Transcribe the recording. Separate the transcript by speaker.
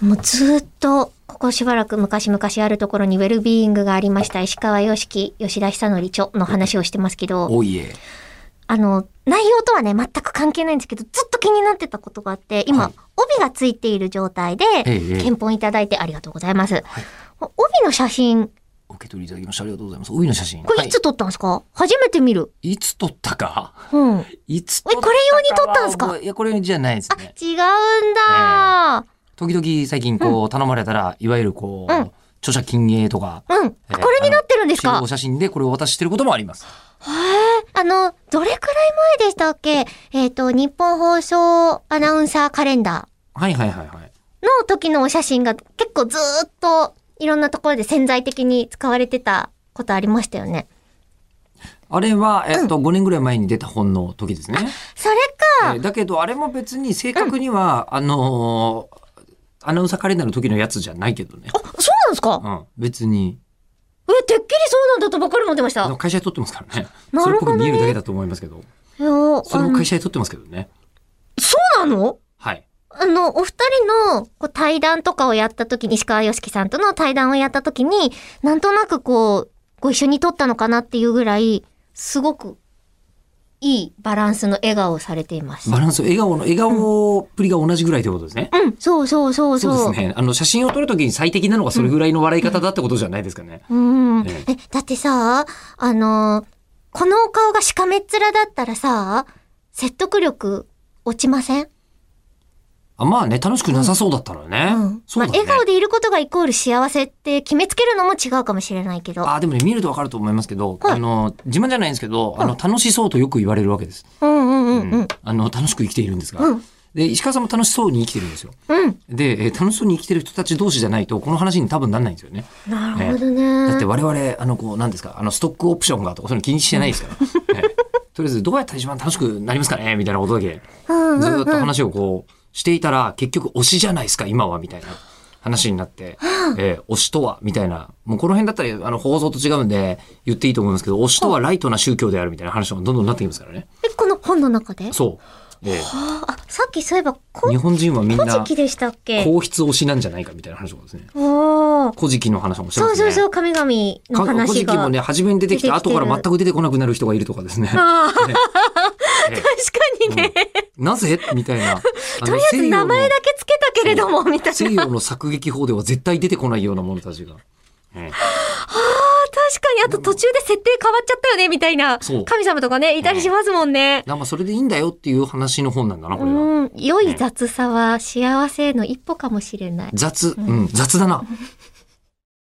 Speaker 1: もうずっと、ここしばらく昔々あるところにウェルビーイングがありました石川良樹、吉田久典著の話をしてますけど、
Speaker 2: おいえ。
Speaker 1: あの、内容とはね、全く関係ないんですけど、ずっと気になってたことがあって、今、
Speaker 2: はい
Speaker 1: 帯がついている状態で、
Speaker 2: ええ
Speaker 1: 検本いただいてありがとうございます。帯の写真、
Speaker 2: お受け取りいただきましてありがとうございます。帯の写真。
Speaker 1: これいつ撮ったんですか、初めて見る。
Speaker 2: い、いつ撮ったか
Speaker 1: うん。
Speaker 2: いつ撮ったか
Speaker 1: えこれ用に撮ったんすか
Speaker 2: は覚えいや、これ用にじゃないです
Speaker 1: あ、
Speaker 2: ね。
Speaker 1: 違うんだ、
Speaker 2: 時々最近こう、頼まれたら、いわゆるこう、
Speaker 1: うん
Speaker 2: 著者禁煙とか、
Speaker 1: うん。
Speaker 2: えー
Speaker 1: これになってるんです
Speaker 2: 集
Speaker 1: か
Speaker 2: 合写真でこれをお渡ししてることもあります。
Speaker 1: あの、どれくらい前でしたっけえっ、と、日本放送アナウンサーカレンダ
Speaker 2: はいはいはいはい。
Speaker 1: ーの時のお写真が結構ずーっといろんなところで潜在的に使われてたことありましたよね。
Speaker 2: あれは、えっと、5年ぐらい前に出た本の時ですね。
Speaker 1: それか、
Speaker 2: えーだけど、あれも別に正確には、あのーアナウンサーカレンダーの時のやつじゃないけどね。
Speaker 1: あ、そうなんですか
Speaker 2: うん、別に。
Speaker 1: え、てっきりそうなんだとばっかり思ってまし
Speaker 2: あ
Speaker 1: た
Speaker 2: の。会社で撮ってますからね。
Speaker 1: な
Speaker 2: それ
Speaker 1: る
Speaker 2: っ
Speaker 1: ほ
Speaker 2: ぽ
Speaker 1: ど
Speaker 2: く
Speaker 1: ね
Speaker 2: 見えるだけだと思いますけど。
Speaker 1: いやー
Speaker 2: それも会社で撮ってますけどね。
Speaker 1: あのそうなの
Speaker 2: はい。
Speaker 1: あの、お二人のこう対談とかをやった時に、石川良樹さんとの対談をやった時に、なんとなくこう、ご一緒に撮ったのかなっていうぐらい、すごくいいバランスの笑顔をされていました。
Speaker 2: バランス、笑顔の、笑顔っぷりが同じぐらいということですね。
Speaker 1: うん、そうそうそう
Speaker 2: そ
Speaker 1: そうう。
Speaker 2: ですね。あの、写真を撮るときに最適なのがそれぐらいの笑い方だってことじゃないですかね。
Speaker 1: うん。
Speaker 2: え
Speaker 1: え、だってさ、あの、このお顔がしかめっ面だったらさ、説得力落ちません
Speaker 2: あまあね、楽しくなさそうだったらね。
Speaker 1: うん。
Speaker 2: そうだ
Speaker 1: まあ、
Speaker 2: ね。
Speaker 1: 笑顔でいることがイコール幸せって決めつけるのも違うかもしれないけど。
Speaker 2: あでもね、見るとわかると思いますけど、
Speaker 1: はい
Speaker 2: あの、自慢じゃないんですけど、あの、楽しそうとよく言われるわけです。
Speaker 1: うんうんうんうん。
Speaker 2: あの、楽しく生きているんですが。
Speaker 1: うん
Speaker 2: で、石川さんも楽しそうに生きてるんですよ。
Speaker 1: うん。
Speaker 2: で、えー楽しそうに生きてる人たち同士じゃないと、この話に多分なんないんですよね。
Speaker 1: なるほどね。
Speaker 2: だって我々、あの、こう、なんですか、あの、ストックオプションがとか、そういうの気にしてないですから。ねとり あえず、どうやったら一番楽しくなりますかねみたいなことだけ、
Speaker 1: うんうん
Speaker 2: ずっと話をこう、していたら、結局、推しじゃないですか、今は、みたいな話になって、えー推しとは、みたいな、もうこの辺だったら、あの、放送と違うんで、言っていいと思うんですけど、推しとはライトな宗教であるみたいな話もどんどんなってきますからね。
Speaker 1: え、この本の中で
Speaker 2: そう。えー
Speaker 1: ああ、さっきそういえば、こ
Speaker 2: 日本人はみん
Speaker 1: 古事
Speaker 2: な、
Speaker 1: 記でしたっけ
Speaker 2: 皇室推しなんじゃないか、みたいな話もですね。
Speaker 1: おお。
Speaker 2: 古事記の話もしてます
Speaker 1: そ
Speaker 2: ね。
Speaker 1: うそうそう、神々の
Speaker 2: か古
Speaker 1: 話
Speaker 2: 事
Speaker 1: が。
Speaker 2: 記もね、初めに出てきて、
Speaker 1: 出てきて
Speaker 2: 後
Speaker 1: る
Speaker 2: から全く出てこなくなる人がいるとかですね。
Speaker 1: あ あ、
Speaker 2: え
Speaker 1: 確かにね。
Speaker 2: えなぜみたい な。と
Speaker 1: とりあえず名前だけつけたけれども、みたい
Speaker 2: 西
Speaker 1: な。
Speaker 2: 洋の作劇法では絶対出てこないような者たちが。ええ
Speaker 1: あ確かに。あと途中で設定変わっちゃったよね、みたいな。
Speaker 2: そう
Speaker 1: 神様とかね、いたりしますもんね。
Speaker 2: なまあそれでいいんだよっていう話の本なんだな、こ
Speaker 1: う
Speaker 2: れは。
Speaker 1: ん。良い雑さは幸せへの一歩かもしれない。
Speaker 2: 雑、うん、雑だな。